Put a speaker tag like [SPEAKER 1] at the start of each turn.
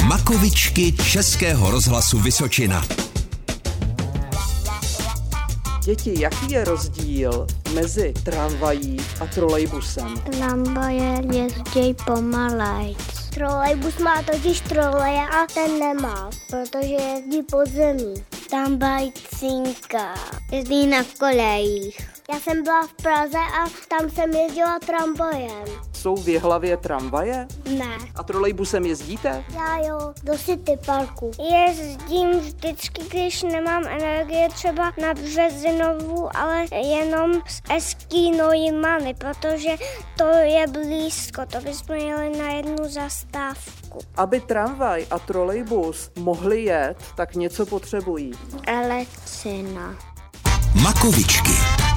[SPEAKER 1] Píkovičky Českého rozhlasu Vysočina.
[SPEAKER 2] Děti, jaký je rozdíl mezi tramvají a trolejbusem?
[SPEAKER 3] Tramvaje jezdí pomalejc.
[SPEAKER 4] Trolejbus má totiž troleje a ten nemá, protože jezdí pod zemí.
[SPEAKER 3] Tramvajcinka jezdí na kolejích.
[SPEAKER 4] Já jsem byla v Praze a tam jsem jezdila tramvajem.
[SPEAKER 2] Jsou v Jihlavě tramvaje?
[SPEAKER 4] Ne.
[SPEAKER 2] A trolejbusem jezdíte?
[SPEAKER 4] Já jo, do city parku. Jezdím vždycky, když nemám energie třeba na Březinovu, ale jenom s Eskínojimany, protože to je blízko, to bychom jeli na jednu zastávku.
[SPEAKER 2] Aby tramvaj a trolejbus mohli jet, tak něco potřebují.
[SPEAKER 3] Elektřina.
[SPEAKER 1] Makovičky.